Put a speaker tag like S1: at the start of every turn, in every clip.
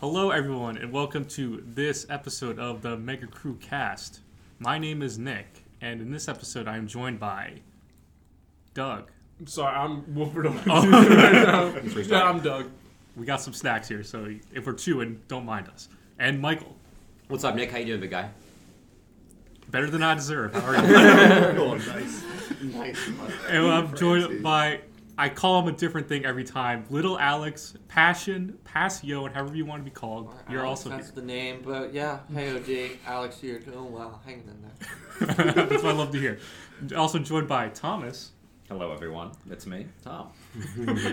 S1: Hello, everyone, and welcome to this episode of the Mega Crew Cast. My name is Nick, and in this episode, I am joined by Doug.
S2: I'm sorry, I'm Wolford over oh. right now. no, I'm Doug.
S1: We got some snacks here, so if we're chewing, don't mind us. And Michael,
S3: What's up, Nick? How you doing, big guy?
S1: better than I deserve. How are you?
S4: Oh, nice. Nice.
S1: and I'm
S4: Fancy.
S1: joined by I call him a different thing every time. Little Alex, Passion, Passio, and however you want to be called. You're
S5: Alex,
S1: also
S5: that's
S1: here.
S5: the name, but yeah, hey OG, Alex, you're doing well, hanging in there.
S1: That's what I love to hear. Also joined by Thomas
S3: Hello, everyone. It's me, Tom.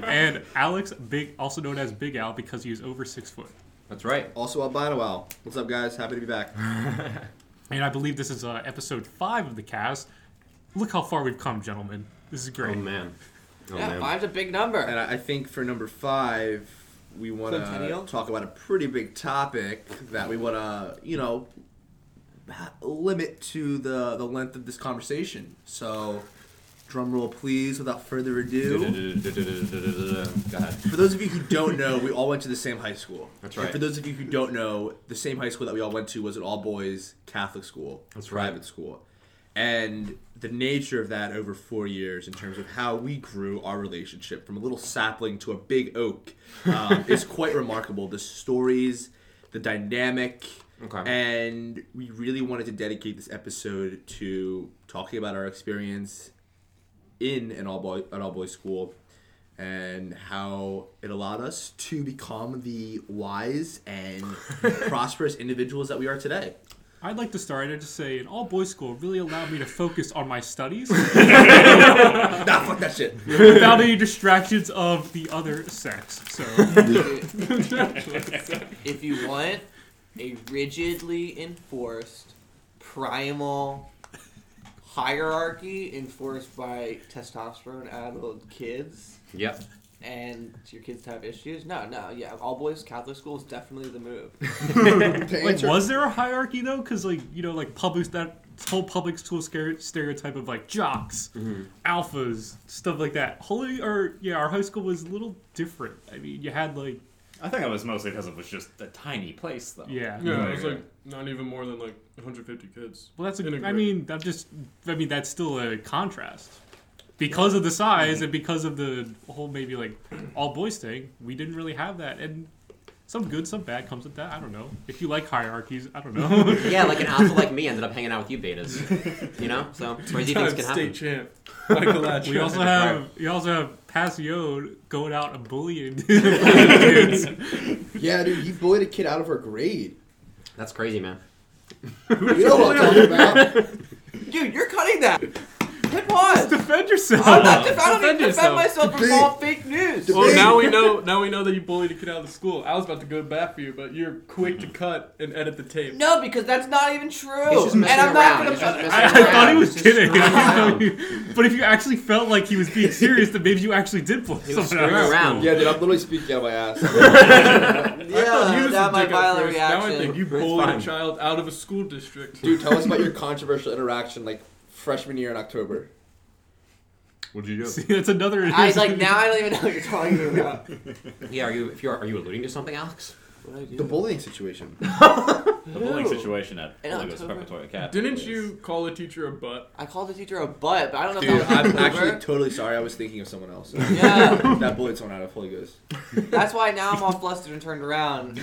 S1: and Alex, Big, also known as Big Al because he is over six foot.
S3: That's right.
S4: Also, Albino Owl. What's up, guys? Happy to be back.
S1: And I believe this is uh, episode five of the cast. Look how far we've come, gentlemen. This is
S2: Oh,
S1: great.
S4: man. Oh,
S5: yeah, five's a big number.
S4: And I I think for number five, we want to
S5: Centennial?
S4: talk about a pretty big topic that we want to, you know, ha- limit to the, the length of this conversation. So, drum roll, please, without further ado.
S3: Go ahead.
S4: For those of you who don't know, we all went to the same high school.
S3: That's
S4: And
S3: right.
S4: for those of you who don't know, the same high school that we all went to was an all boys Catholic school,
S3: That's right.
S4: private school. And the nature of that over four years, in terms of how we grew our relationship from a little sapling to a big oak, um, is quite remarkable. The stories, the dynamic,
S3: Okay.
S4: and we really wanted to dedicate this episode to talking about our experience in an all boy an all boys school and how it allowed us to become the wise and prosperous individuals that we are today.
S1: I'd like to start and just say an all boys school really allowed me to focus on my studies
S4: nah, fuck that shit.
S1: without any distractions of the other sex. So
S5: if you want a rigidly enforced primal hierarchy enforced by testosterone addled kids
S3: Yep.
S5: and your kids have issues, no, no, yeah, all boys Catholic school is definitely the move.
S1: like, was there a hierarchy though? Because like you know, like public that whole public school scare- stereotype of like jocks, alphas, stuff like that. Holy or yeah, our high school was a little different. I mean, you had like
S3: I think it was mostly because it was just a tiny place, though.
S1: yeah.
S2: Yeah,
S3: Yeah,
S2: it's
S3: yeah.
S2: like not even more than like 150 kids.
S1: Well, that's a,
S2: In a
S1: I
S2: group.
S1: mean, that just I mean that's still a contrast because of the size
S3: Mm-hmm.
S1: and because of the whole maybe like all boys thing. We didn't really have that and. Some good, some bad comes with that. I don't know. If you like hierarchies, I don't know.
S3: Yeah, like an alpha like me ended up hanging out with you betas. You know, so crazy things
S2: Time
S3: can
S2: state
S3: happen.
S2: champ. Michael Latch.
S1: We also
S3: Right.
S1: have you also have Pasio going out and bullying kids.
S4: Yeah, dude, you bullied a kid out of her grade.
S3: That's crazy, man.
S4: You know what I'm talking about.
S5: Dude, you're cutting that! Hit pause!
S1: Defend yourself.
S5: I'm not def- I don't
S2: Defend
S5: even
S2: yourself.
S5: defend myself from
S4: Debate.
S5: all fake news.
S4: Debate.
S2: well, now we know. Now we know that you bullied a kid out of the school. I was about to go back for you, but you're quick to cut and edit the tape.
S5: No, because that's not even true.
S3: He's just
S5: and
S3: messing
S5: I'm
S3: around.
S5: not gonna.
S3: He's just messing
S1: I, I thought he
S3: around.
S1: was
S3: He's
S1: kidding.
S3: just
S1: I don't
S3: around.
S1: know you- but if you actually felt like he was being serious, then maybe you actually did pull
S3: He was
S1: someone
S3: screwing
S1: out.
S3: around.
S4: Yeah, dude, I'm literally speaking out of my ass.
S2: I thought
S5: yeah,
S2: you was
S5: that
S2: the
S5: my
S2: dick at
S5: violent
S2: first.
S5: reaction.
S2: Now I think you
S3: fine.
S2: bullied a child out of a school district.
S4: Dude, tell us about your controversial interaction like freshman year in October.
S3: What'd you
S1: See, that's another.
S5: I like now. I don't even know what you're talking about.
S3: Yeah, are you? If you are, are you alluding to something, Alex?
S4: The bullying situation.
S6: The bullying situation at
S5: In
S6: Lagos
S5: October?
S6: Preparatory Academy.
S2: Didn't
S6: is-
S2: you call a teacher a butt?
S5: I called the teacher a butt, but I don't know
S4: Dude,
S5: if that was
S4: I'm
S5: October.
S4: actually totally sorry. I was thinking of someone else.
S5: Yeah,
S4: that bullied someone out of Holy Ghost.
S5: that's why now I'm all flustered and turned around.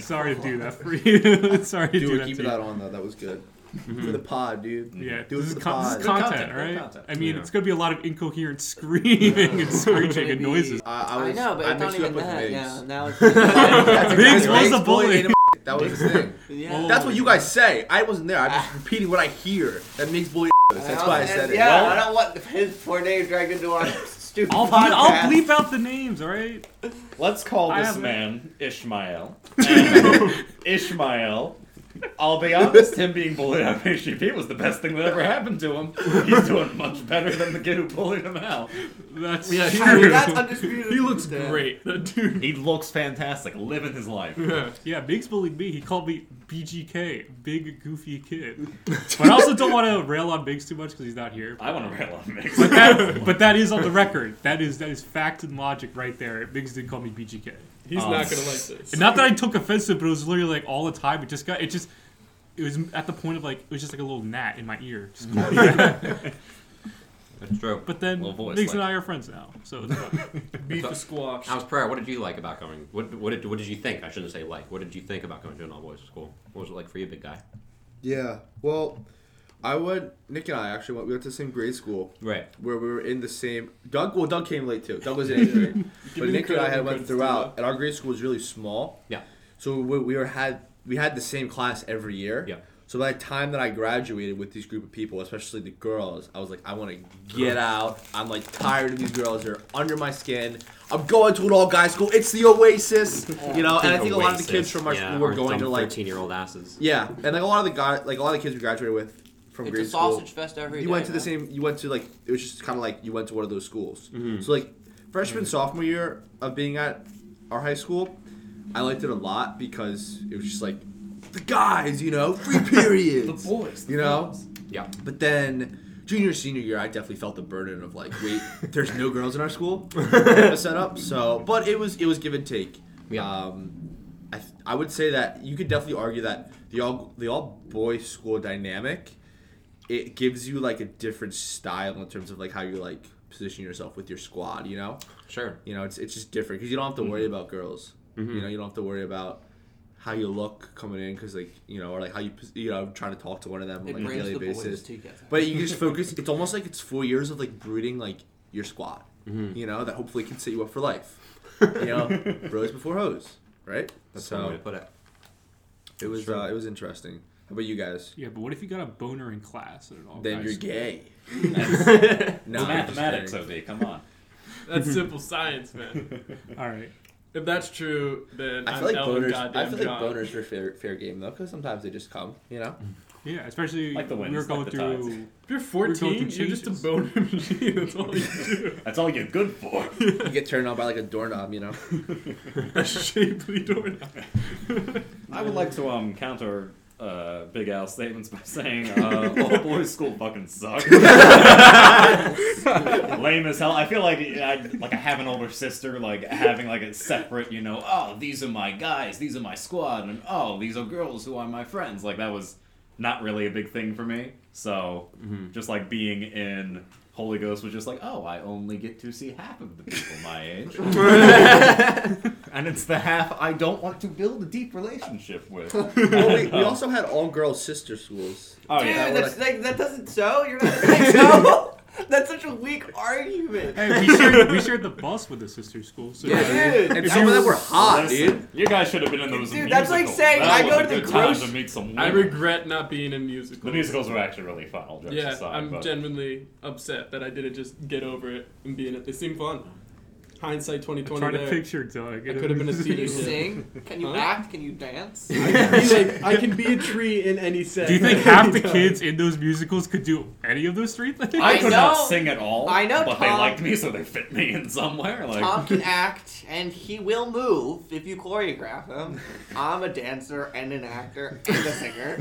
S1: Sorry to do that for you. Sorry to
S4: Dude,
S1: do
S4: we're
S1: that. To
S4: keeping
S1: you.
S4: that on though. That was good for the pod, dude.
S1: Mm-hmm. Yeah,
S4: Do it
S1: this is,
S4: for the
S1: con- this is
S4: pod. Good
S1: content,
S3: content, good
S1: right?
S3: content.
S1: I mean,
S3: Yeah.
S1: it's gonna be a lot of incoherent screaming and screeching and
S5: Maybe-
S1: noises.
S4: I, I
S5: I
S4: was,
S5: know, but
S4: I
S5: it's not
S4: mixed you up
S5: even
S4: with
S5: that.
S4: Migs.
S5: Yeah, now it's.
S4: That's
S1: Migs
S4: exactly
S1: was
S4: right.
S1: a bully.
S4: That was his thing.
S5: Yeah.
S4: That's what you guys say. I wasn't there. I'm just repeating what I hear. That Migs bullied. That's why I said it.
S5: Yeah,
S6: Well-
S5: I don't want his poor name dragged into our stupid
S1: I'll,
S5: podcast.
S1: I'll bleep out the names, all right?
S6: Let's call
S1: I
S6: this
S1: haven't-
S6: man Ishmael. And Ishmael. I'll be honest, him being bullied out of HGP was the best thing that ever happened to him. He's doing much better than the kid who bullied him out.
S1: That's
S6: Yeah,
S1: true.
S5: I mean, that's undisputed.
S1: he looks
S5: Yeah.
S1: great. That dude.
S6: He looks fantastic, living his life.
S1: Yeah, Biggs bullied me. He called me BGK, big goofy kid. But I also don't want to rail on Biggs too much because he's not here.
S6: I want to rail on Mix.
S1: But that, but that is on the record. That is that is fact and logic right there. Biggs did call me BGK.
S2: He's
S6: Um,
S2: not gonna like this.
S1: And not that I took offensive, but it was literally like all the time. It just got it just it was at the point of like it was just like a little gnat in my ear. Just going,
S6: That's true.
S1: but then
S6: Little voice,
S1: Nix and
S6: like-
S1: I are friends now, so it's fine.
S2: Beef the squash.
S3: How's prayer? What did you like about going? What what did, what did you think? I shouldn't say like. What did you think about going to an all boys school? What was it like for you, big guy?
S4: Yeah. Well, I went. Nick and I actually went. We went to the same grade school
S3: Right.
S4: where we were in the same. Doug. Well, Doug came late too. Doug was in eighth grade,
S2: me
S4: but
S2: the
S4: Nick and I
S2: credit when
S4: had went
S2: credit's due,
S4: throughout, and our grade school was really small.
S3: Yeah.
S4: So we, we were had we had the same class every year.
S3: Yeah.
S4: So by the time that I graduated with this group of people, especially the girls, I was like, I want to get out. I'm like tired of these girls. They're under my skin. I'm going to an all guy school. It's the oasis, you know. And I think a lot of the kids from our school were going to like
S3: thirteen year old asses.
S4: yeah, and like a lot of the guy, like a lot of the kids we graduated with from
S5: It's
S4: grade
S5: a sausage
S4: school.
S5: fest every day.
S4: You went to the
S5: man.
S4: same. You went to like it was just kind of like you went to one of those schools.
S2: Mm-hmm.
S4: So like freshman sophomore year of being at our high school, I liked it a lot because it was just like the guys, you know, free
S2: the
S4: periods,
S2: boys. The
S4: you know.
S2: boys.
S3: Yeah.
S4: But then junior senior year, I definitely felt the burden of like, wait, there's no girls in our school setup. So, but it was it was give and take.
S3: Yeah.
S4: Um, I th- I would say that you could definitely argue that the all the all boy school dynamic it gives you like a different style in terms of like how you like position yourself with your squad. You know,
S3: Sure.
S4: you know it's it's just different because you don't have to worry about girls. You know, you don't have to worry about. How you look coming in, because like you know, or like how you pos- you know trying to talk to one of them on
S5: It
S4: like a
S5: brings
S4: daily
S5: the
S4: basis.
S5: boys together.
S4: But you just focus. It's almost like it's four years of like brooding like your squad. You know that hopefully can set you up for life. You know, bros before hoes, right?
S3: That's one way
S4: so
S3: to put it.
S4: it was uh, it was interesting. How about you guys?
S1: Yeah, but what if you got a boner in class at an
S2: Oh,
S1: all?
S4: Then you're gay. no,
S6: It's
S4: I'm just
S6: mathematics,
S4: kidding.
S6: OB. Come on.
S2: That's simple science, man.
S1: All right.
S2: If that's true, then
S4: I
S2: am
S4: feel like
S2: Ellen
S4: boners. I
S2: goddamn
S4: feel like
S2: John.
S4: boners are fair, fair game though, because sometimes they just come. You know.
S1: Yeah, especially
S6: Like the
S1: we were
S6: winds,
S1: going
S6: like the
S1: through.
S6: tides.
S2: If you're
S1: We're going
S2: 14,
S1: through
S2: you're just a
S1: changes.
S2: boner machine. That's all you do.
S6: That's all you're good for.
S4: You get turned on by like a doorknob. You know.
S2: A shapely doorknob.
S6: I would like to um counter uh, Big Al's statements by saying uh, all boys school fucking sucks. Lame as hell. I feel like I like I have an older sister, like having like a separate, you know, oh these are my guys, these are my squad, and oh these are girls who are my friends. Like that was not really a big thing for me. So just like being in Holy Ghost was just like, oh, I only get to see half of the people my age. and it's the half I don't want to build a deep relationship with.
S4: well, we, we also had all girls sister schools.
S6: Oh
S5: Dude,
S6: yeah.
S4: that
S5: that's
S4: would've-
S5: like that doesn't show. You're not saying so. That's such a weak argument.
S1: Hey, we shared, we shared the bus with the sister school. So
S5: Dude,
S4: And some of them were hot,
S6: Listen,
S4: dude.
S6: You guys should have been in those.
S5: Dude, that's like
S6: musicals.
S5: saying
S6: That
S5: I
S6: was
S5: go
S6: a
S5: to the
S6: good time
S5: grocery-
S6: to meet some.
S2: I
S6: women.
S2: regret not being in musicals.
S6: The musicals were actually really fun. All jokes
S2: Yeah,
S6: aside,
S2: I'm
S6: but
S2: genuinely upset that I didn't just get over it and be in it. They seem fun. Hindsight
S1: I'm
S2: 2020.
S1: trying
S2: there.
S1: to picture Doug.
S2: I could've been a
S5: Can
S2: Yeah.
S5: you sing? Can you
S2: Huh?
S5: act? Can you dance?
S2: I can, be like, I can be a tree in any set.
S1: Do you think half the kids in those musicals could do any of those three things?
S6: I
S5: I
S6: could not
S5: know-
S6: sing at all.
S5: I know
S6: but they
S5: Tom-
S6: liked me, so they fit me in somewhere. Like
S5: Tom can act, and he will move if you choreograph him. I'm a dancer and an actor and a singer.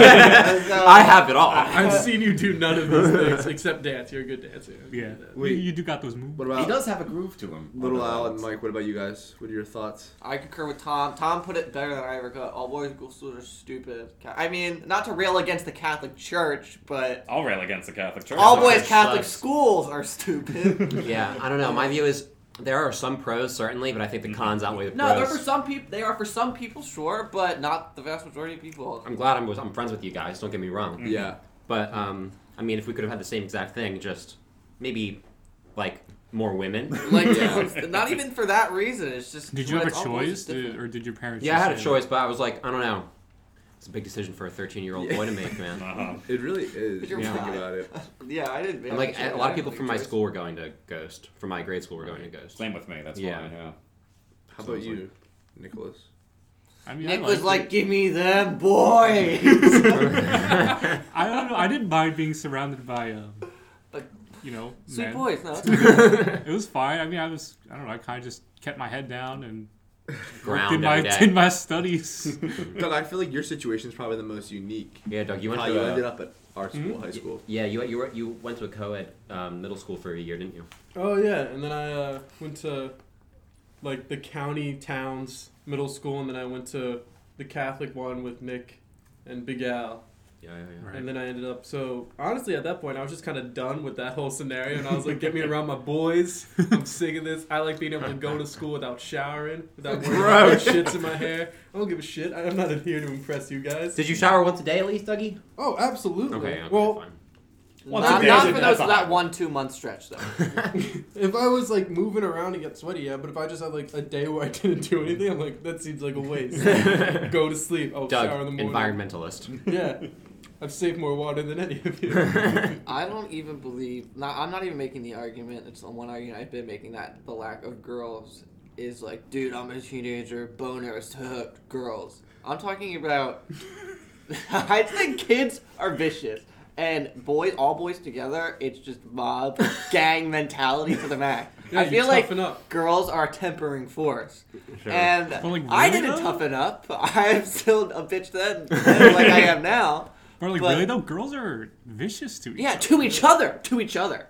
S5: So-
S3: I have it all.
S2: I've seen you do none of these things except dance. You're a good dancer.
S1: Yeah.
S4: Wait.
S1: You, you do got those moves.
S4: What
S6: he
S4: about
S6: does have a groove to him.
S4: Little Al
S6: Although-
S4: and Mike? What about you guys? What are your thoughts?
S5: I concur with Tom. Tom put it better than I ever could. All boys go schools are stupid. Ca- I mean, not to rail against the Catholic Church, but
S6: I'll rail against the Catholic Church.
S5: all
S3: Catholic
S5: boys
S3: Church
S5: Catholic
S3: sucks.
S5: schools are stupid.
S3: Yeah, I don't know. My view is there are some pros certainly, but I
S6: Mm-hmm.
S3: think the cons outweigh the pros.
S5: no, they're for some people. They are for some people, sure, but not the vast majority of people.
S3: I'm glad I'm, was, I'm friends with you guys. Don't get me
S6: Mm.
S3: wrong.
S2: Mm-hmm.
S4: Yeah.
S3: But um, I mean, if we could have had the same exact thing, just maybe like more women.
S5: Like,
S4: Yeah.
S5: different- not even for that reason. It's just
S1: Did you
S5: when
S1: have a
S5: it's all boys,
S1: choice,
S5: it's different.
S1: Did- or did your parents?
S3: yeah, I
S1: just
S3: had a
S1: say,
S3: choice, but I was like, I don't know. It's a big decision for a 13 year old boy to make, man.
S6: Uh-huh.
S4: It really is.
S5: You're
S4: you think
S5: right.
S4: about it.
S5: Yeah, I didn't.
S3: And like a lot of people from my school were going to Ghost. From my grade school, were going to Ghost.
S6: Same with me. That's
S3: Yeah.
S6: why. Yeah.
S4: How
S3: So
S4: about
S3: it's like-
S4: you, Nicholas?
S1: I mean,
S5: Nick
S1: I
S5: was
S1: liked
S5: like,
S1: it.
S5: "Give me them boys."
S1: I don't know. I didn't mind being surrounded by, um,
S5: Like-
S1: you know,
S5: Sweet
S1: men.
S5: boys, no.
S4: Mm-hmm.
S1: It was fine. I mean, I was. I don't know. I kind of just kept my head down and did
S3: Ground
S1: my
S3: every day.
S1: did my studies.
S4: Doug, I feel like your situation is probably the most unique.
S3: Yeah, Doug, you went
S4: How
S3: to
S4: you
S3: a- Hmm?
S4: ended up at our school, high school.
S3: Yeah, you you were, you went to a co-ed um, middle school for a year, didn't you?
S2: Oh yeah, and then I uh, went to like the county towns middle school, and then I went to the Catholic one with Nick and Big Al,
S3: Yeah, yeah, yeah.
S1: Right.
S2: and then I ended up. So honestly, at that point, I was just kind of done with that whole scenario, and I was like, "Get me around my boys. I'm sick of this. I like being able to go to school without showering, without worrying about shits in my hair. I don't give a shit. I'm not in here to impress you guys.
S3: Did you shower once a day at least, Dougie?
S2: Oh, absolutely.
S3: Okay, okay
S2: well,
S3: fine.
S6: Once
S5: not
S6: a day,
S5: not
S6: then
S5: for
S6: that's
S5: those,
S6: a
S5: that
S6: hot-
S5: one two month stretch though.
S2: If I was like moving around and get sweaty, yeah. But if I just had like a day where I didn't do anything, I'm like, that seems like a waste. Go to sleep. I'll shower in the
S3: Doug,
S2: morning.
S3: environmentalist.
S2: Yeah, I've saved more water than any of you.
S5: I don't even believe. Not, I'm not even making the argument. It's the one argument I've been making that the lack of girls is like, dude, I'm a teenager. Boners to girls. I'm talking about. I think kids are vicious. And boys, all boys together, it's just mob gang mentality to the max.
S2: Yeah,
S5: I
S2: you
S5: feel like
S2: toughen up.
S5: girls are a tempering force,
S3: Sure.
S5: and
S1: But, like,
S5: I
S1: really
S5: didn't
S1: though?
S5: toughen up. I'm still a bitch then, like I am now.
S1: But like
S5: But-
S1: really though, girls are vicious to each
S5: Yeah,
S1: other.
S5: to each other, to each other.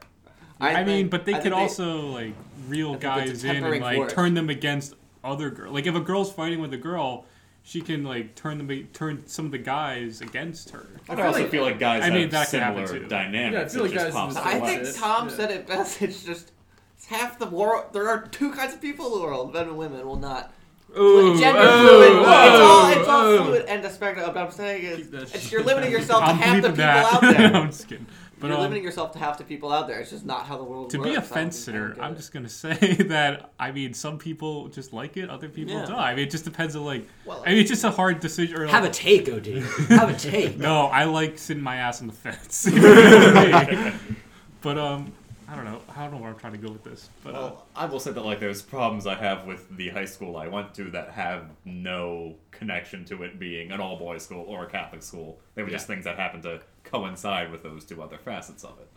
S1: I mean,
S5: think-
S1: but they
S5: I
S1: could
S5: think
S1: also like reel
S5: think it's a
S1: guys in and
S5: tempering
S1: like
S5: force.
S1: turn them against other girls. Like if a girl's fighting with a girl, she can like turn them turn some of the guys against her.
S6: I also feel like guys
S1: I mean,
S6: have
S1: that could happen
S6: similar
S1: too.
S6: dynamics.
S2: Yeah, I feel like
S6: It just
S2: guys
S6: pops
S2: in the
S6: up.
S5: I
S2: Watch
S5: think
S2: it.
S5: Tom
S2: Yeah.
S5: said it best. It's just it's half the world. There are two kinds of people in the world. Men and women will not.
S3: Ooh,
S5: gender
S3: ooh,
S5: fluid. it's all it's all
S3: ooh.
S5: fluid and the spectrum. But I'm saying is,
S2: Keep that
S5: it's
S2: shit
S5: you're limiting
S2: down.
S5: yourself to half the
S1: bleeping
S5: people out there.
S1: I'm just kidding. But
S5: you're
S1: um,
S5: limiting yourself to half the people out there. It's just not how the world
S1: to
S5: works.
S1: be
S5: I
S1: a
S5: don't
S1: fence
S5: think I
S1: sitter,
S5: get
S1: I'm
S5: it.
S1: just gonna say that I mean some people just like it, other people
S5: Yeah.
S1: don't. I mean, it just depends on like.
S5: Well,
S1: I mean, it's just a hard decision. Or, like,
S7: Have a take, OD. Have a take.
S1: No, I like sitting my ass on the fence. You know what I mean? but um, I don't know. I don't know where I'm trying to go with this. But
S7: Oh.
S1: uh,
S6: Well, I will say that like there's problems I have with the high school I went to that have no connection to it being an all boys school or a Catholic school. They were just things that happened to coincide with those two other facets of it.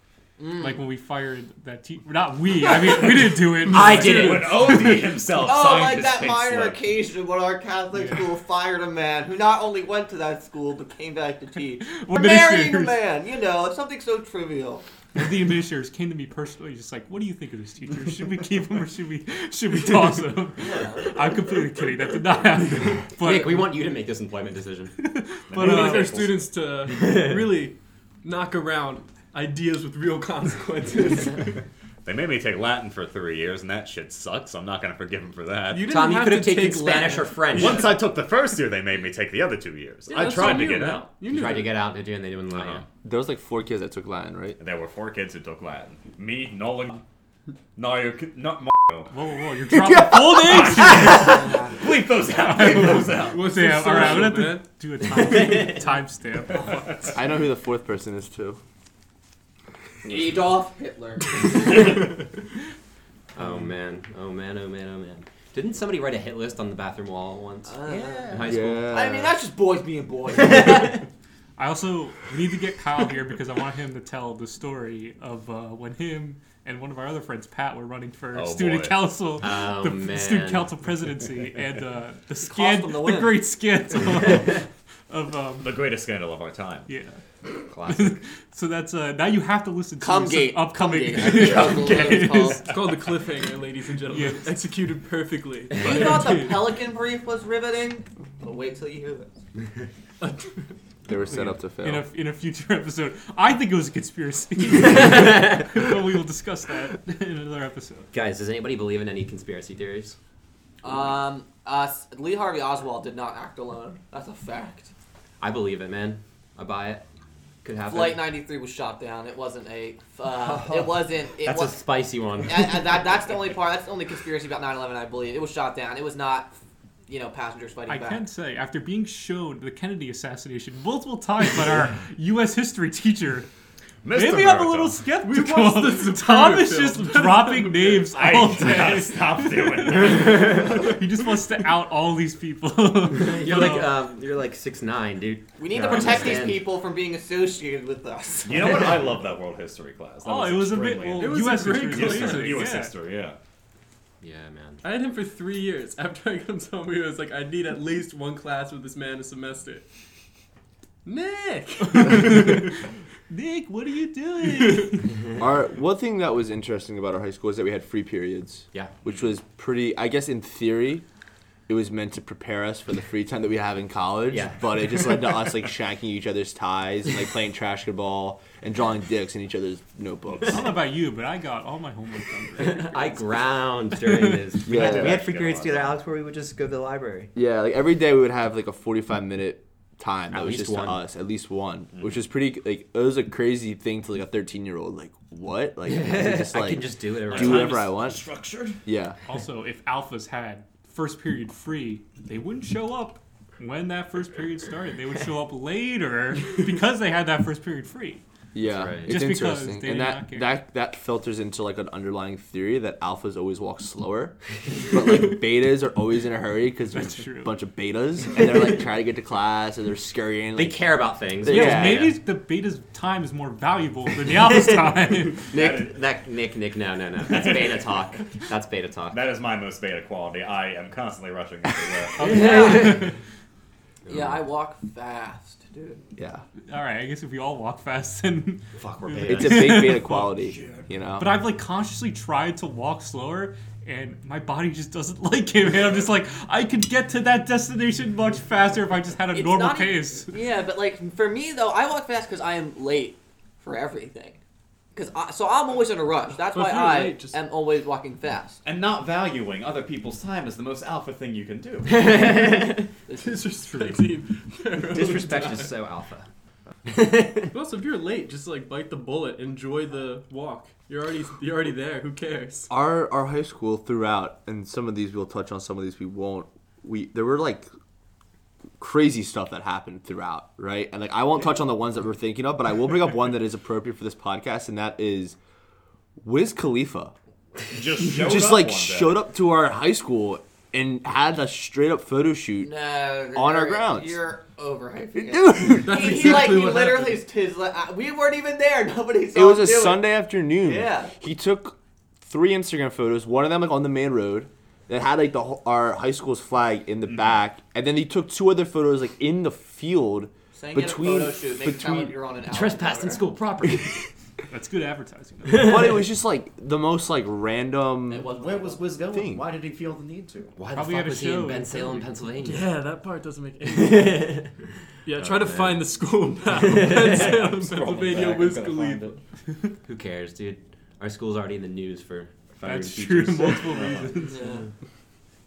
S1: like when we fired that teacher, not we. I mean, we didn't do it.
S7: I did it.
S6: When OD himself
S5: Oh,
S6: signed
S5: like
S6: his
S5: that
S6: pink
S5: minor
S6: slip.
S5: occasion when our Catholic school fired a man who not only went to that school but came back to teach. For
S1: Well,
S5: marrying a
S1: ministers.
S5: man, you know, it's something so trivial.
S1: The administrators came to me personally, just like, "What do you think of this teacher? Should we keep him or should we should we toss him?" I'm completely kidding. That did not happen. But
S3: Nick, we want you to make this employment decision.
S1: But,
S2: we
S1: uh,
S2: like our students to really knock around ideas with real consequences.
S6: They made me take Latin for three years, and that shit sucks. I'm not gonna forgive him for that.
S2: didn't
S3: Tom, you could have
S2: to
S3: taken
S2: take
S3: Spanish or
S2: Latin.
S3: French.
S6: Once I took the first year, they made me take the other two years.
S2: Yeah,
S6: I
S2: that's
S6: tried
S2: on
S6: to
S2: you
S6: get
S2: now.
S6: out.
S2: You
S3: you
S2: knew
S3: tried to
S2: that.
S3: get out, and they didn't let you.
S4: There was like four kids that took Latin, right?
S6: There were four kids who took Latin. Me, Nolan, Nario, not
S1: whoa, whoa, whoa, you're dropping full names.
S6: bleep those out. Bleep those out.
S2: What's
S1: Damn,
S2: social,
S1: all right, I'm gonna have
S2: man?
S1: to do a time timestamp.
S4: I know who the fourth person is too.
S5: Adolf Hitler.
S3: Oh man, oh man, oh man, oh man. Didn't somebody write a hit list on the bathroom wall once
S5: Uh,
S3: in high school?
S5: I
S4: Uh,
S5: mean, that's just boys being boys.
S1: I also need to get Kyle here because I want him to tell the story of uh, when him and one of our other friends, Pat, were running for
S6: Oh,
S1: student
S6: boy.
S1: council,
S3: Oh,
S1: the
S3: man.
S1: student council presidency, and uh, the
S5: them
S1: scandal,
S5: the
S1: the
S5: win.
S1: great scandal of, of um,
S6: The greatest scandal of our time.
S1: yeah.
S3: Classic.
S1: So that's uh, now you have to listen to some
S5: Cumgate.
S1: upcoming.
S5: Cumgate. I think that's what it's called.
S2: It's called the cliffhanger, ladies and gentlemen.
S1: Yes.
S2: Executed perfectly.
S5: You thought the Pelican Brief was riveting? But wait till you hear this.
S4: They were set up to fail.
S1: in a, in a future episode. I think it was a conspiracy. but we will discuss that in another episode.
S3: Guys, does anybody believe in any conspiracy theories?
S5: Um, uh, Lee Harvey Oswald did not act alone. That's a fact.
S3: I believe it, man. I buy it. Could happen.
S5: Flight 93 was shot down. It wasn't a. Uh, it wasn't. It
S3: That's a
S5: was,
S3: spicy one.
S5: and- and that, that's the only part. That's the only conspiracy about 9/11. I believe it was shot down. It was not, you know, passengers fighting
S1: I
S5: back.
S1: can say, after being shown the Kennedy assassination multiple times by our U.S. history teacher,
S6: Mr.
S1: maybe I'm a
S6: Naruto.
S1: little skeptical.
S2: watched the
S1: Tom
S2: Zapruder
S1: is just dropping names
S6: I
S1: all
S6: cannot
S1: day.
S6: stop doing that.
S1: He just wants to out all these people.
S3: You're like um, you're like six nine, dude.
S5: We need
S3: Yeah,
S5: to
S3: I
S5: protect these
S3: understand.
S5: people from being associated with us.
S6: You know what? I love that world history class. That
S1: oh, it was a bit.
S6: extremely
S1: Well,
S2: It was a
S1: U.S.
S2: great
S1: history.
S2: class.
S1: was
S6: Yes, sir.
S1: amazing,
S6: U.S.
S1: yeah.
S6: history, yeah.
S3: Yeah, man.
S2: I had him for three years. After I got him to me, I was like, I need at least one class with this man a semester. Nick.
S1: Nick, what are you doing?
S4: Our one thing that was interesting about our high school is that we had free periods.
S3: Yeah.
S4: Which was pretty. I guess in theory, it was meant to prepare us for the free time that we have in college.
S3: Yeah.
S4: But it just led to us like shanking each other's ties and like playing trash ball and drawing dicks in each other's notebooks.
S1: I
S3: Oh
S1: don't know about you, but I got all my homework done.
S3: I ground during this.
S4: We had-
S6: Yeah.
S8: we had free
S6: Yeah.
S8: periods together, Alex, where we would just go to the library.
S4: yeah. Like every day we would have like a forty-five minute time that
S3: At
S4: was
S3: least
S4: just
S3: one.
S4: to us, at least one,
S8: Mm-hmm.
S4: which was pretty like it was a crazy thing to like a thirteen-year-old. Like what? Like is it just
S8: I
S4: like
S8: can just do whatever. I
S4: do
S8: want.
S4: whatever I want.
S6: Structured.
S4: yeah.
S1: Also, if alphas had first period free, they wouldn't show up when that first period started. They would show up later because they had that first period free.
S4: Yeah,
S3: right.
S4: it's
S1: Just because
S4: interesting,
S1: they
S4: and
S1: did
S4: that
S1: not care.
S4: that that filters into like an underlying theory that alphas always walk slower, but like betas are always in a hurry because
S1: That's
S4: there's a
S1: true.
S4: bunch of betas and they're like trying to get to class and they're scurrying.
S3: They
S4: Like,
S3: care about things.
S4: Yeah,
S1: Yeah,
S4: yeah,
S1: maybe the beta's time is more valuable than the alpha's time.
S3: Nick, that Nick, Nick, no, no, no. That's beta talk. That's beta talk.
S6: That is my most beta quality. I am constantly rushing everywhere.
S5: Yeah, I walk fast, dude.
S4: yeah,
S1: all right, I guess if we all walk fast, then.
S3: Fuck, we're
S1: It's
S3: beta.
S4: it's a big beta quality, you know.
S1: But I've like consciously tried to walk slower, and my body just doesn't like it. And I'm just like, I could get to that destination much faster if I just had a
S5: It's
S1: normal
S5: not e-
S1: pace.
S5: Yeah, but like for me though, I walk fast because I am late for everything. Cause I, so I'm always in a rush. That's
S1: But
S5: why
S1: if you're
S5: I
S1: late, just-
S5: am always walking fast.
S6: and not valuing other people's time is the most alpha thing you can do.
S5: This is-
S2: Disrespecting. their own
S8: Disrespect
S2: time.
S8: is so alpha.
S2: But also, if you're late, just like bite the bullet, enjoy the walk. You're already you're already there. Who cares?
S4: our our high school throughout, and some of these we'll touch on, some of these we won't. We there were like crazy stuff that happened throughout, right? And like I won't touch on the ones that we're thinking of, but I will bring up one that is appropriate for this podcast, and that is Wiz Khalifa.
S6: Just showed
S4: just
S6: up
S4: like
S6: one day.
S4: showed up to our high school and had a straight up photo shoot.
S5: no, no,
S4: On our
S5: you're-
S4: grounds.
S5: You're overhyping it.
S4: Dude,
S2: That's
S5: he, he, like
S2: exactly
S5: he
S2: what
S5: literally
S2: happened.
S5: is his like, I- we weren't even there. Nobody saw.
S4: it was
S5: him
S4: a
S5: do
S4: Sunday afternoon.
S5: Yeah.
S4: he took three Instagram photos. One of them like on the main road that had like the whole- our high school's flag in the back, and then he took two other photos like in the field.
S5: Saying
S4: Between-
S5: between, a photo shoot makes it sound like
S4: between-
S5: you're on an
S8: Trespassed in school property.
S1: That's good advertising.
S4: But it was just like the most like random.
S5: It was
S6: Where was Wiz going?
S4: Thing.
S6: Why did he feel the need to?
S8: Why the
S1: Probably
S8: fuck
S1: had a
S8: was he
S1: show
S8: in Ben
S1: in
S8: Salem,
S1: Philly.
S8: Pennsylvania?
S2: Yeah, that part doesn't make any sense. Yeah, try to find the school map. Ben Salem, Pennsylvania, Wiz Khalifa.
S3: Who cares, dude? Our school's already in the news for. firing
S1: That's true.
S3: teachers.
S1: Multiple reasons.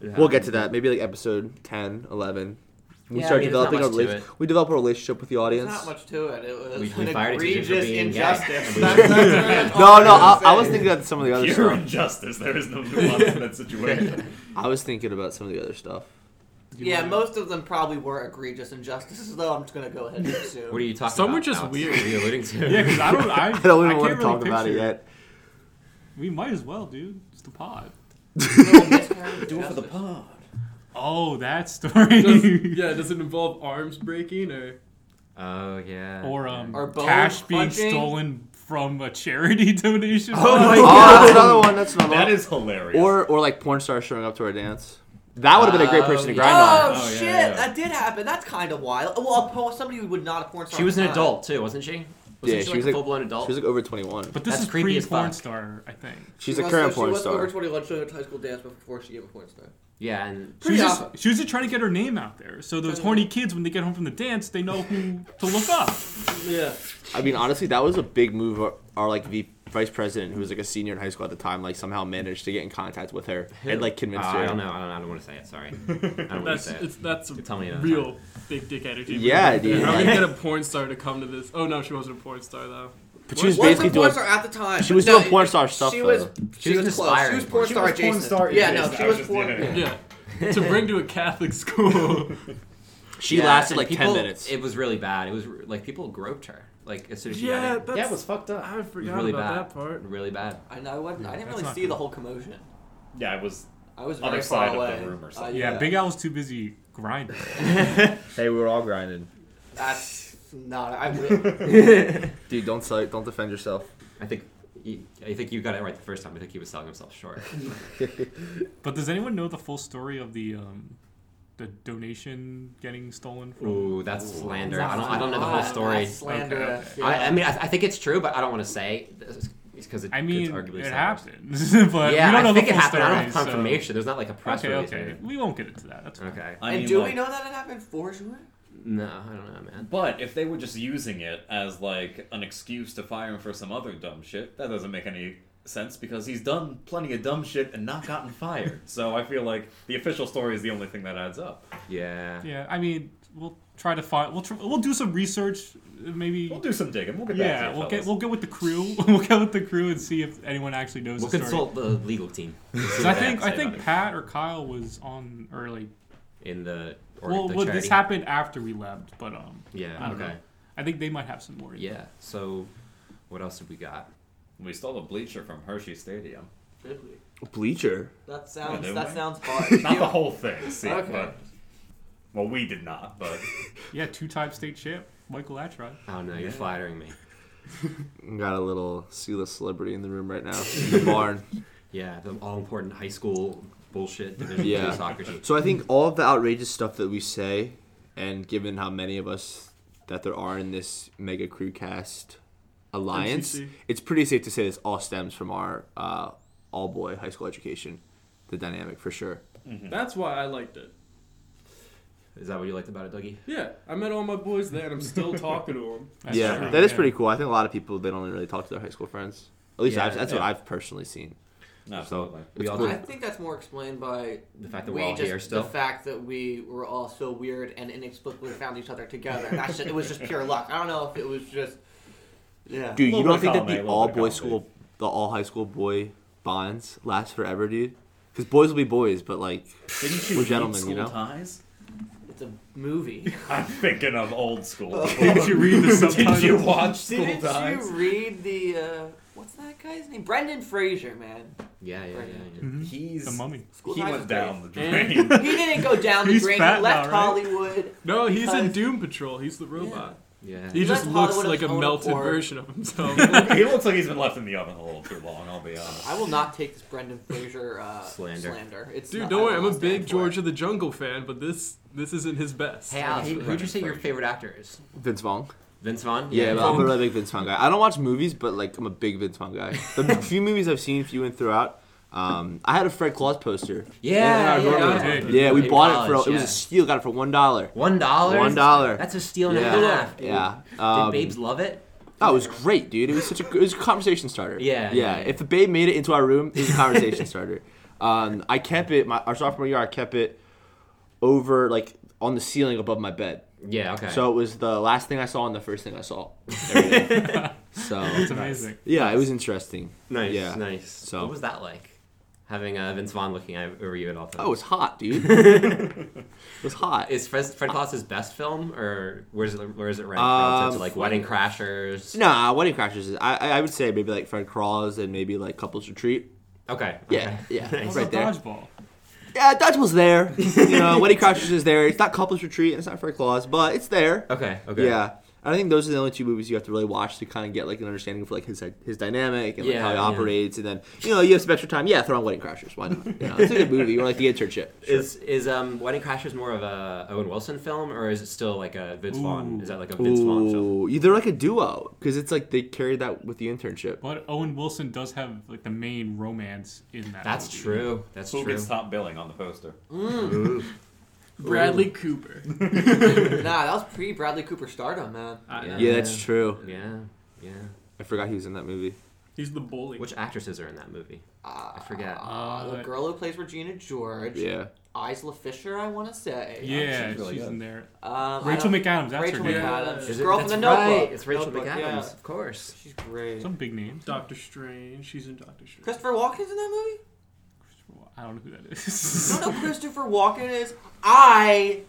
S4: We'll get to that maybe like episode 10, 11. We
S8: Yeah,
S4: start
S8: I mean,
S3: there's not
S4: developing a
S3: much to
S4: rela- we develop a relationship with the audience.
S5: not much to it. It was
S3: We- we
S5: an
S3: fired a teacher for
S5: egregious
S3: being gay. And
S5: injustice.
S3: we-
S5: That's- that's all
S4: No, no,
S5: I'm
S4: I, I was
S5: saying.
S4: thinking about some of the other
S6: Pure
S4: stuff.
S6: injustice. There is no nuance in that situation.
S4: I was thinking about some of the other stuff.
S5: Yeah, most of them probably were egregious injustices, though. I'm just gonna go ahead and assume.
S3: What are you talking
S2: Some
S3: about?
S2: were just
S3: Alex?
S2: weird.
S3: What are you alluding to?
S1: Yeah, because I don't. I,
S4: I don't even
S1: can't
S4: want to
S1: really
S4: talk
S1: picture.
S4: about it yet.
S1: We might as well, dude. It's the pod.
S6: Do it for the pod.
S1: Oh, that story.
S2: Does, yeah, does it involve arms breaking or?
S3: Oh yeah.
S1: Or
S2: uh,
S1: um,
S5: Or bone
S1: cash being
S5: punching.
S1: stolen from a charity donation.
S4: Oh, that's another one. That's another
S6: That
S4: one.
S6: is hilarious.
S4: Or, or like porn stars showing up to our dance. That would have been a great person to grind
S5: Oh,
S4: on.
S6: Oh, yeah,
S5: shit,
S6: yeah.
S5: that did happen. That's kind of wild. Well, a po- somebody who would not have porn star.
S3: She was an
S2: uh,
S5: at the time.
S3: adult too, wasn't she? Wasn't
S4: Yeah,
S3: she,
S4: she
S3: like
S4: was
S3: a
S4: like-
S3: full blown adult.
S4: She was like over 21.
S1: But this
S3: That's
S1: is
S3: creepy
S1: pre
S3: as
S1: porn
S3: fuck.
S1: star, I think.
S4: She's
S5: She
S4: a
S5: was-
S4: current
S5: she
S4: porn
S5: was over
S4: star.
S5: 21 showing up to high school dance before she became a porn star.
S3: yeah, and
S1: She was,
S5: Pretty
S1: just,
S5: awful.
S1: she was just trying to get her name out there, so those horny kids, when they get home from the dance, they know who to look up.
S2: Yeah.
S4: I mean, honestly, that was a big move. Our, our like v- vice president, who was like a senior in high school at the time, like somehow managed to get in contact with her and like
S3: Uh,
S4: convinced her.
S3: I don't know. I don't, I don't want to say it. Sorry. I don't want to
S2: That's
S3: say it.
S2: it's that's
S3: Tell me another
S2: real big dick energy.
S4: Yeah,
S2: right there.
S4: dude.
S2: How are we gonna get a porn star to come to this? Oh no, she wasn't a porn star though.
S4: But she was
S5: was a
S4: basically
S5: porn
S4: doing.
S5: star at the time.
S4: She was
S5: but no,
S4: doing porn star stuff.
S5: She
S4: though.
S5: was. She,
S3: was
S5: was,
S3: an
S5: close.
S3: aspiring
S5: She was porn
S3: She
S5: star
S6: was porn
S5: adjacent.
S6: star
S5: yeah,
S6: adjacent.
S5: no,
S6: I
S5: she
S6: was
S5: was
S6: just-
S5: porn.
S6: yeah.
S2: Yeah. to bring to a Catholic school.
S4: She
S3: Yeah,
S4: lasted
S3: and
S4: like
S3: people-
S4: ten minutes.
S3: It was really bad. It was re- like people groped her. Like as soon as she got
S2: yeah,
S3: in.
S2: that's
S6: yeah, it was fucked up.
S2: I
S3: It was
S2: forgot
S3: really
S2: about
S3: bad.
S2: that part.
S3: Really bad.
S5: I know. I, wasn't, I didn't
S1: That's
S5: really
S1: not
S5: see
S1: good.
S5: the whole commotion.
S6: Yeah, it was.
S5: I was
S6: Other
S5: very
S6: side
S5: far
S6: of the
S5: away.
S6: room or
S5: Uh,
S6: something.
S1: Yeah, Big Al was too busy grinding.
S4: Hey, we were all grinding.
S5: That's not. I will.
S4: Dude, don't sell, don't defend yourself.
S3: I think. you- I think you got it right the first time. I think he was selling himself short.
S1: But does anyone know the full story of the um, the donation getting stolen from.
S3: Ooh, that's slander. I don't, I don't know the whole
S5: Ah,
S3: story.
S5: that's slanderous,
S1: Okay,
S3: I, I
S5: yeah.
S3: mean, I, I think it's true, but I don't want to say because it,
S1: I mean,
S3: it's arguably
S1: it
S3: slander.
S1: happens, but
S3: yeah,
S1: we don't know
S3: I think
S1: the
S3: it
S1: full
S3: happened.
S1: story.
S3: I don't have
S1: so-
S3: confirmation. There's not like a press
S1: Okay,
S3: release.
S1: okay, we won't get into that. That's fine.
S3: Okay.
S6: I
S5: and
S6: mean,
S5: do we
S6: like-
S5: know that it happened for sure?
S3: No, I don't know, man.
S6: But if they were just using it as like an excuse to fire him for some other dumb shit, that doesn't make any sense because he's done plenty of dumb shit and not gotten fired. So I feel like the official story is the only thing that adds up.
S3: Yeah.
S1: Yeah, I mean, we'll try to find. We'll tr- we'll do some research. uh, Maybe.
S6: We'll do some digging. We'll get back to
S1: yeah,
S6: you.
S1: we'll
S6: fellas.
S1: get we'll get with the crew. we'll get with the crew and see if anyone actually knows
S3: We'll
S1: the story.
S3: consult the legal team
S1: 'Cause I think
S6: Say
S1: I
S6: about
S1: think
S6: it.
S1: Pat or Kyle was on early.
S3: in the or
S1: Well,
S3: the
S1: well
S3: charity.
S1: this happened after we left, but um,
S3: Yeah,
S1: I don't
S3: okay.
S1: know. I think they might have some more.
S3: Yeah. So, what else have we got?
S6: We stole a bleacher from Hershey Stadium.
S5: Did we?
S9: Bleacher.
S5: That sounds
S6: did
S5: that
S6: we?
S5: sounds hard.
S6: Not the whole thing, see.
S5: Okay.
S6: But, well, we did not, but
S1: yeah, two-time state champ Michael Atrod.
S3: Oh no, you're flattering me.
S4: Got a little C-list celebrity in the room right now. the barn.
S3: Yeah, the all important high school bullshit division
S4: Yeah.
S3: two soccer team.
S4: So I think all of the outrageous stuff that we say, and given how many of us that there are in this mega crewcast alliance,
S1: MCC.
S4: it's pretty safe to say this all stems from our uh, all boy high school education, the dynamic for sure.
S2: That's why I liked it.
S3: Is that what you liked about it, Dougie?
S2: Yeah, I met all my boys there, and I'm still talking to them.
S1: That's
S4: yeah,
S1: true,
S4: that is
S1: yeah.
S4: pretty cool. I think a lot of people they don't really talk to their high school friends. At least
S3: Yeah,
S4: I've, that's what
S6: yeah.
S4: I've personally seen.
S6: no,
S4: So
S6: absolutely.
S3: We
S4: it's
S3: all
S4: cool.
S5: I think that's more explained by
S3: The fact that
S5: we
S3: we're all
S5: just,
S3: here still.
S5: The fact that we were all so weird and inexplicably found each other together. That shit, it was just pure luck. I don't know if it was just. Yeah.
S4: Dude,
S6: Little
S4: you
S6: bit
S4: don't
S6: of
S4: think that
S6: comedy,
S4: the
S6: a little
S4: all
S6: bit of
S4: boy
S6: comedy.
S4: school, the all high school boy bonds last forever, dude? Because boys will be boys, but like
S6: Didn't you
S4: We're
S6: hate
S4: gentlemen,
S6: school
S4: you know?
S6: ties?
S5: It's a movie.
S6: I'm thinking of old school.
S1: Did you read the subtitles?
S6: Did you watch school
S5: Didn't
S6: ties?
S5: you read the. Uh, what's that guy's name? Brendan Fraser, man.
S3: Yeah, yeah, yeah. yeah.
S6: He's
S1: The mummy.
S5: School
S6: he
S5: Ties
S6: went
S5: is
S6: down the
S5: great.
S6: drain.
S5: He didn't go down the
S1: He's
S5: drain. He
S1: fat
S5: left
S1: now, right?
S5: Hollywood.
S2: No, he's in
S5: Because-
S2: Doom Patrol. He's the robot.
S3: Yeah.
S2: He
S5: He's
S2: just
S5: like
S2: looks
S5: Hollywood
S2: like a
S5: of
S2: melted
S5: Honor.
S2: version of himself.
S6: he looks like he's been left in the oven a little too long. I'll be honest.
S5: I will not take this Brendan Fraser uh,
S3: Slander.
S5: slander. It's
S2: Dude,
S5: not-
S2: don't
S5: I
S2: worry.
S5: will
S2: I'm a
S5: not stand
S2: big
S5: for
S2: George
S5: it.
S2: of the Jungle fan, but this this isn't his best.
S3: Hey Alex,
S4: Hey,
S3: who, who'd you say your favorite actor is?
S4: Vince Vaughn.
S3: Vince Vaughn.
S4: Yeah, but I'm
S3: Vaughn.
S4: a really big Vince Vaughn guy. I don't watch movies, but like I'm a big Vince Vaughn guy. The few movies I've seen, few and throughout. Um, I had a Fred Claus poster.
S3: yeah, yeah,
S1: Yeah,
S3: yeah,
S1: yeah.
S3: yeah.
S4: Yeah, we
S3: In
S4: bought it
S3: college,
S4: for it was
S3: yeah.
S4: a steal. Got it for one dollar.
S3: One dollar.
S4: One dollar.
S3: That's a steal and a
S4: Yeah,
S3: half. dude.
S4: yeah.
S3: Did
S4: Um,
S3: babes love it?
S4: Oh, it was great, dude. It was such a it was a conversation starter.
S3: Yeah,
S4: yeah.
S3: yeah.
S4: If the babe made it into our room, it was a conversation starter. Um, I kept it my our sophomore year. I kept it over like on the ceiling above my bed,
S3: Yeah. Okay.
S4: so it was the last thing I saw and the first thing I saw. every day. so
S1: It's amazing.
S4: yeah, it was interesting.
S3: nice.
S4: yeah.
S3: Nice.
S4: So-
S3: what was that like? Having uh, Vince Vaughn looking at- over you at all times.
S4: Oh, it was hot, dude. it was hot.
S3: Is Fred, Fred Claus his best film, or where's it, where is it ranked
S4: Um,
S3: relative to like Wedding Crashers?
S4: Nah, Wedding Crashers. Is, I I would say maybe like Fred Claus and maybe like Couples Retreat.
S3: Okay.
S4: Yeah, yeah,
S1: Also
S4: right there.
S1: dodgeball.
S4: Yeah, Dodgeball's there. you know, Wedding Crashers is there. It's not Couples Retreat. and It's not Fred Claus, but it's there.
S3: Okay. Okay.
S4: Yeah. And I think those are the only two movies you have to really watch to kind of get like an understanding of like his his dynamic and like
S3: Yeah,
S4: how he
S3: yeah.
S4: operates, and then you know you have some extra time. Yeah, throw on Wedding Crashers. Why not? You know, it's a good movie. Or like the internship.
S3: Is is um Wedding Crashers more of a Owen Wilson film, or is it still like a Vince Vaughn?
S1: Ooh.
S3: Is that like a Vince Vaughn film?
S4: Ooh, yeah, they're like a duo because it's like they carried that with the internship.
S1: But Owen Wilson does have like the main romance in that.
S3: That's
S1: movie.
S3: true. That's
S6: Who
S3: true.
S6: gets top billing on the poster?
S2: Bradley Cooper.
S5: Nah, that was pre Bradley Cooper stardom, man.
S3: Yeah.
S4: Yeah, that's true.
S3: Yeah. Yeah.
S4: I forgot he was in that movie.
S2: He's the bully.
S3: Which actresses are in that movie? I forget.
S5: Uh, the
S1: Uh,
S5: girl who plays Regina George,
S4: Yeah.
S5: Isla Fisher, I want to say.
S1: Yeah,
S6: she's
S1: she's,
S6: really good.
S1: in there.
S5: Um, I
S1: Rachel
S5: don't-
S1: McAdams. That's
S5: Rachel
S1: her name.
S5: McAdams.
S3: Is it-
S5: Girl from
S3: that's
S5: the Notebook.
S3: right, It's Rachel
S5: Notebook,
S3: McAdams,
S5: yeah.
S3: of course.
S5: She's great.
S1: Some big names.
S2: Doctor Strange. She's in Doctor Strange.
S5: Christopher Walken's in that movie?
S1: I don't know who that
S5: You
S1: is.
S5: know who Christopher Walken is? I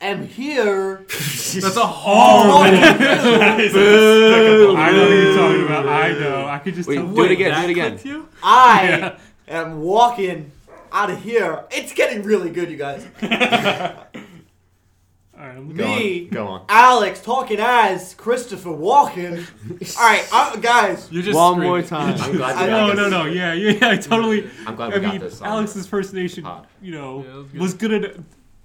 S5: am here.
S2: That's a
S5: Oh,
S2: hard.
S6: That is despicable.
S1: I know what you're talking about. I know. I could just
S4: Wait,
S1: tell.
S4: do it again. Do it again.
S2: You?
S5: I am walking out of here. It's getting really good, you guys.
S1: All right, I'm looking.
S5: Me,
S3: Go on.
S5: Alex, talking as Christopher Walken. All right, I, guys.
S2: You just
S4: One
S2: screamed
S4: more
S2: it.
S4: time.
S3: I'm glad.
S5: I
S3: we
S1: No,
S3: got
S1: no,
S3: this.
S1: no. Yeah, yeah. I totally.
S3: I'm glad we
S1: I
S3: got
S1: mean,
S3: this. on
S1: Alex's first nation,
S3: pod.
S1: you know,
S2: Yeah, that was
S1: was good at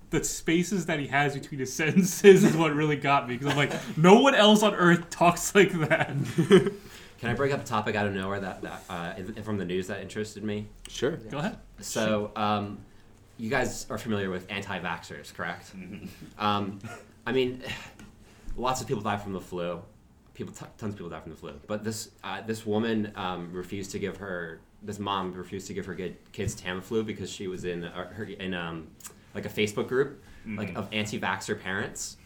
S1: the spaces that he has between his sentences is what really got me because I'm like, no one else on earth talks like that.
S3: Can I bring up a topic out of nowhere that, that uh, in- from the news that interested me?
S10: Sure.
S1: Go ahead.
S3: So, um, you guys are familiar with anti-vaxxers, correct? um, I mean, lots of people die from the flu. People, t- tons of people die from the flu. But this uh, this woman um, refused to give her this mom refused to give her kid, kids Tamiflu because she was in uh, her in um, like a Facebook group like of anti-vaxxer parents.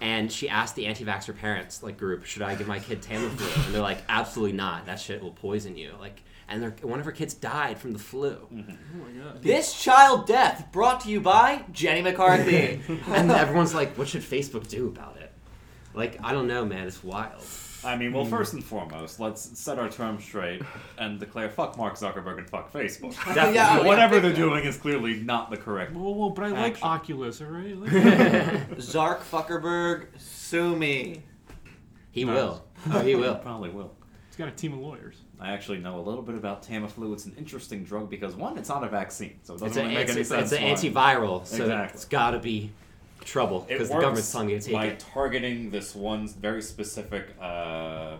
S3: And she asked the anti-vaxxer parents, like group, should I give my kid Tamiflu? And they're like, absolutely not. That shit will poison you. Like, and their- one of her kids died from the flu.
S5: This child death brought to you by Jenny McCarthy.
S3: and everyone's like, "What should Facebook do about it?" Like, I don't know, man. It's wild.
S6: I mean, well, first and foremost, let's set our terms straight and declare fuck Mark Zuckerberg and fuck Facebook. Definitely.
S5: yeah, yeah.
S6: Whatever they're doing is clearly not the correct.
S1: Well, well, but I like
S6: Action.
S1: Oculus, all right? Like,
S5: Zark Fuckerberg, sue me.
S3: He
S6: Nice.
S3: will. Oh, he will.
S6: Probably will.
S1: he's got a team of lawyers.
S6: I actually know a little bit about Tamiflu. It's an interesting drug because one, it's not a vaccine, so it doesn't
S3: It's an
S6: really make
S3: anti,
S6: any
S3: it's
S6: sense.
S3: an
S6: why-
S3: antiviral, so
S6: Exactly.
S3: it's got to be trouble
S6: It
S3: because the
S6: works
S3: government's telling you to take
S6: by
S3: it.
S6: targeting this one very specific uh,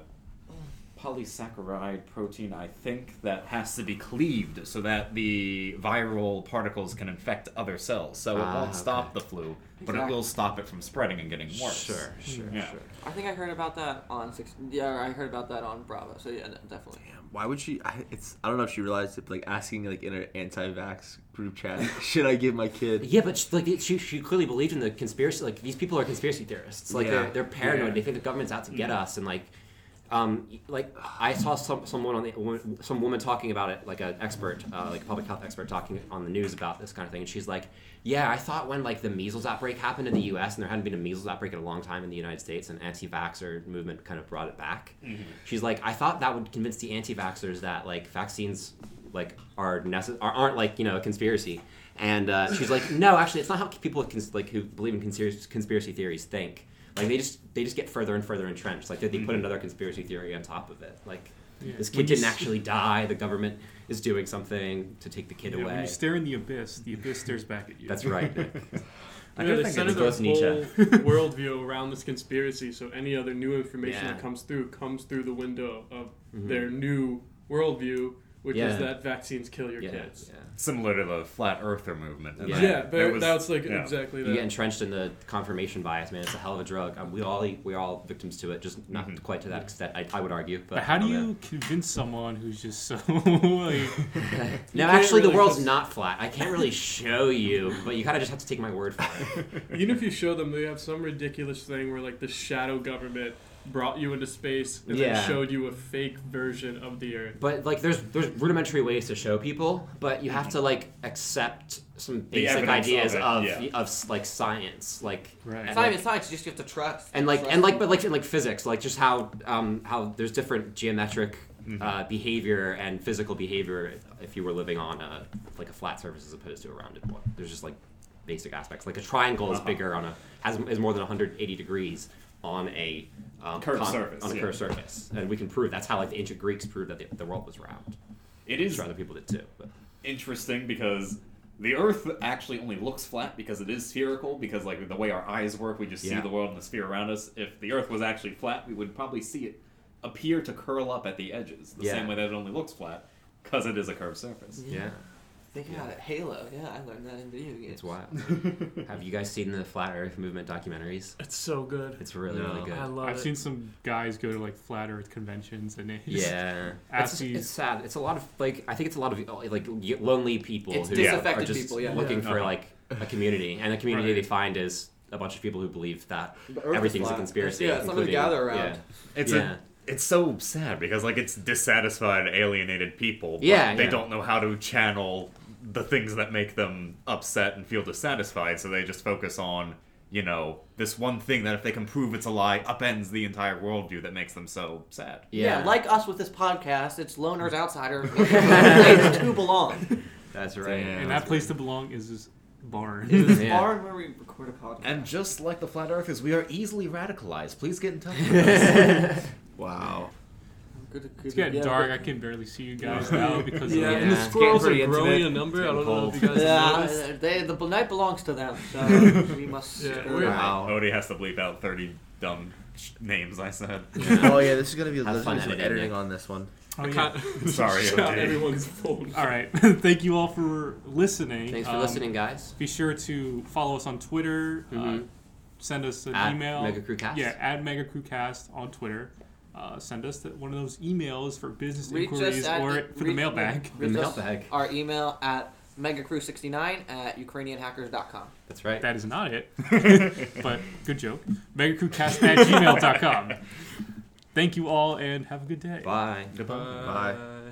S6: polysaccharide protein, I think, that has to be cleaved so that the viral particles can infect other cells. So it
S3: Ah,
S6: won't stop the flu, but it
S5: Exactly.
S6: will stop it from spreading and getting worse.
S3: Sure, sure,
S6: Yeah.
S3: sure.
S5: I think I heard about that on six. Yeah, I heard about that on Bravo. So yeah, definitely.
S10: Why would she? I, it's I don't know if she realized it, but like asking like in an anti-vax group chat, should I give my kid?
S3: Yeah, but she, like it- she, she clearly believed in the conspiracy. Like these people are conspiracy theorists. Like
S10: Yeah.
S3: they're, they're paranoid.
S6: Yeah.
S3: They think the government's out to get us. And like, um, like I saw some someone on the wo- some woman talking about it, like an expert, uh, like a public health expert talking on the news about this kind of thing. And she's like, "Yeah, I thought when like the measles outbreak happened in the U.S. and there hadn't been a measles outbreak in a long time in the United States, and anti-vaxxer movement kind of brought it back." She's like, "I thought that would convince the anti-vaxxers that like vaccines like are necess- are, aren't like you know a conspiracy. And uh, she's like, no, actually, it's not how people with cons- like who believe in conspiracy, conspiracy theories think. Like they just they just get further and further entrenched. Like they, they put another conspiracy theory on top of it. Like
S1: Mm-hmm. Yeah.
S3: this
S1: When
S3: kid
S1: you
S3: didn't
S1: s-
S3: actually die. The government is doing something to take the kid
S1: You know, when
S3: away.
S1: you stare in the abyss, the abyss stares back at you.
S3: That's right. Nick.
S2: I
S3: I do
S2: they
S3: think
S2: center
S3: it's
S2: their
S3: both Nietzsche.
S2: whole worldview around this conspiracy, so any other new information
S3: Yeah. Mm-hmm.
S2: that comes through comes through the window of their new worldview, which
S3: Yeah.
S2: is that vaccines kill your
S3: yeah,
S2: kids.
S3: yeah.
S6: Similar to the flat earther movement. and
S3: Yeah.
S6: that-
S2: Yeah,
S6: that
S2: but
S6: was-
S2: that's like
S6: yeah.
S2: exactly
S3: You get
S2: that.
S3: entrenched in the confirmation bias, man. It's a hell of a drug. Um, we all we are all victims to it, just not
S6: Mhm.
S3: quite to that extent. I, I would argue, but
S1: Mm-hmm.
S3: oh,
S1: But how do
S3: I don't know.
S1: you convince someone who's just so like?
S3: No,
S2: can't
S3: actually, the
S2: really
S3: world's
S2: just-
S3: not flat. I can't really show you, but you kind of just have to take my word for it.
S2: Even if you show them, they have some ridiculous thing where like the shadow government brought you into space and
S3: Yeah.
S2: then showed you a fake version of the Earth.
S3: But like, there's there's rudimentary ways to show people, but you have to like accept some basic
S6: evidence
S3: ideas
S6: of
S3: of
S6: it,
S3: of,
S6: yeah.
S3: like science, like
S1: Right.
S3: and,
S5: It's not
S3: like,
S5: even science. You just have to trust.
S3: and like
S5: Trust
S3: and like
S5: people.
S3: but like in like physics, like just how um how there's different geometric.
S6: Mm-hmm.
S3: Uh, behavior and physical behavior if you were living on a like a flat surface as opposed to a rounded one there's just like basic aspects like a triangle is
S6: Uh-huh.
S3: bigger on a has is more than 180 degrees on a um,
S6: Curved surface,
S3: on a
S6: yeah.
S3: curved surface and we can prove that's how like the ancient greeks proved that the, the world was round
S6: It is
S3: sure other people did too. But
S6: interesting because the Earth actually only looks flat because it is spherical. Because like the way our eyes work, we just see
S3: Yeah.
S6: the world in the sphere around us. If the Earth was actually flat, we would probably see it appear to curl up at the edges, the
S3: Yeah.
S6: same way that it only looks flat because it is a curved surface.
S3: yeah,
S5: Think about it. Halo. Yeah, I learned that in video games.
S3: it's wild. Have you guys seen the flat Earth movement documentaries?
S2: It's so good. Oh,
S3: It's really
S10: No.
S3: really good.
S2: I love
S1: I've
S2: it.
S1: seen some guys go to like flat Earth conventions and they just
S3: yeah,
S1: ask
S3: it's,
S1: these-
S3: it's sad. It's a lot of like I think it's a lot of uh, like y- lonely people
S5: It's
S3: who
S5: disaffected
S3: are just
S5: people, yeah.
S3: looking
S6: Yeah.
S3: for
S6: Uh-huh.
S3: like a community, and the community
S6: Right.
S3: they find is a bunch of people who believe that
S5: The Earth is
S3: everything's a
S5: flat.
S3: conspiracy.
S5: Yeah, something to
S3: including-
S5: gather around.
S3: yeah.
S6: It's
S3: Yeah.
S6: a it's so sad because like it's dissatisfied, alienated people. but
S3: Yeah,
S6: they
S3: yeah.
S6: don't know how to channel the things that make them upset and feel dissatisfied, so they just focus on you know this one thing that if they can prove it's a lie upends the entire worldview that makes them so sad.
S5: Yeah.
S3: Yeah,
S5: like us with this podcast, it's loners, outsiders, places to belong.
S3: that's right.
S1: and that place to belong is this barn.
S5: It is
S3: Yeah.
S5: barn where we record a podcast.
S6: And just like the flat earthers, we are easily radicalized. Please get in touch with us.
S10: Wow.
S5: Good, good,
S1: It's getting
S5: yeah,
S1: dark. I
S5: but-
S1: can barely see you guys now because
S2: Yeah,
S1: of
S2: and the
S3: it's
S2: squirrels are
S3: getting pretty
S2: growing
S3: intimate.
S2: in number.
S3: It's
S2: I don't know if you
S3: getting
S2: guys have
S5: Yeah,
S2: noticed.
S5: they, the night belongs to them, so we must. uh,
S2: Yeah,
S5: go
S2: we're-
S5: back.
S10: Wow.
S6: Odie has to bleep out 30 dumb sh- names I said.
S10: oh yeah, this is gonna be
S3: Have
S10: there's
S3: fun
S10: gonna be some
S3: editing
S10: editing
S3: it.
S10: on this one.
S1: Oh, yeah.
S6: Sorry,
S2: Shout out
S6: Odie.
S2: everyone's phone.
S1: All right. Thank you all for listening.
S3: Thanks for
S1: Um,
S3: listening, guys.
S1: Be sure to follow us on Twitter. Uh,
S3: Mhm.
S1: send us an
S3: At
S1: email.
S3: Mega Crew Cast.
S1: Yeah, at Mega Crew Cast on Twitter. Uh, send us th- one of those emails for business
S5: Reach us
S1: inquiries
S5: at-
S1: or for the
S5: reach-
S1: mailbag.
S5: reach
S3: The
S5: us-
S3: mailbag.
S5: Our email at megacrew69 at ukrainianhackers.com.
S3: That's right.
S1: That is not it, but good joke. Megacrewcast at gmail.com. Thank you all and have a good day.
S3: Bye.
S2: Bye.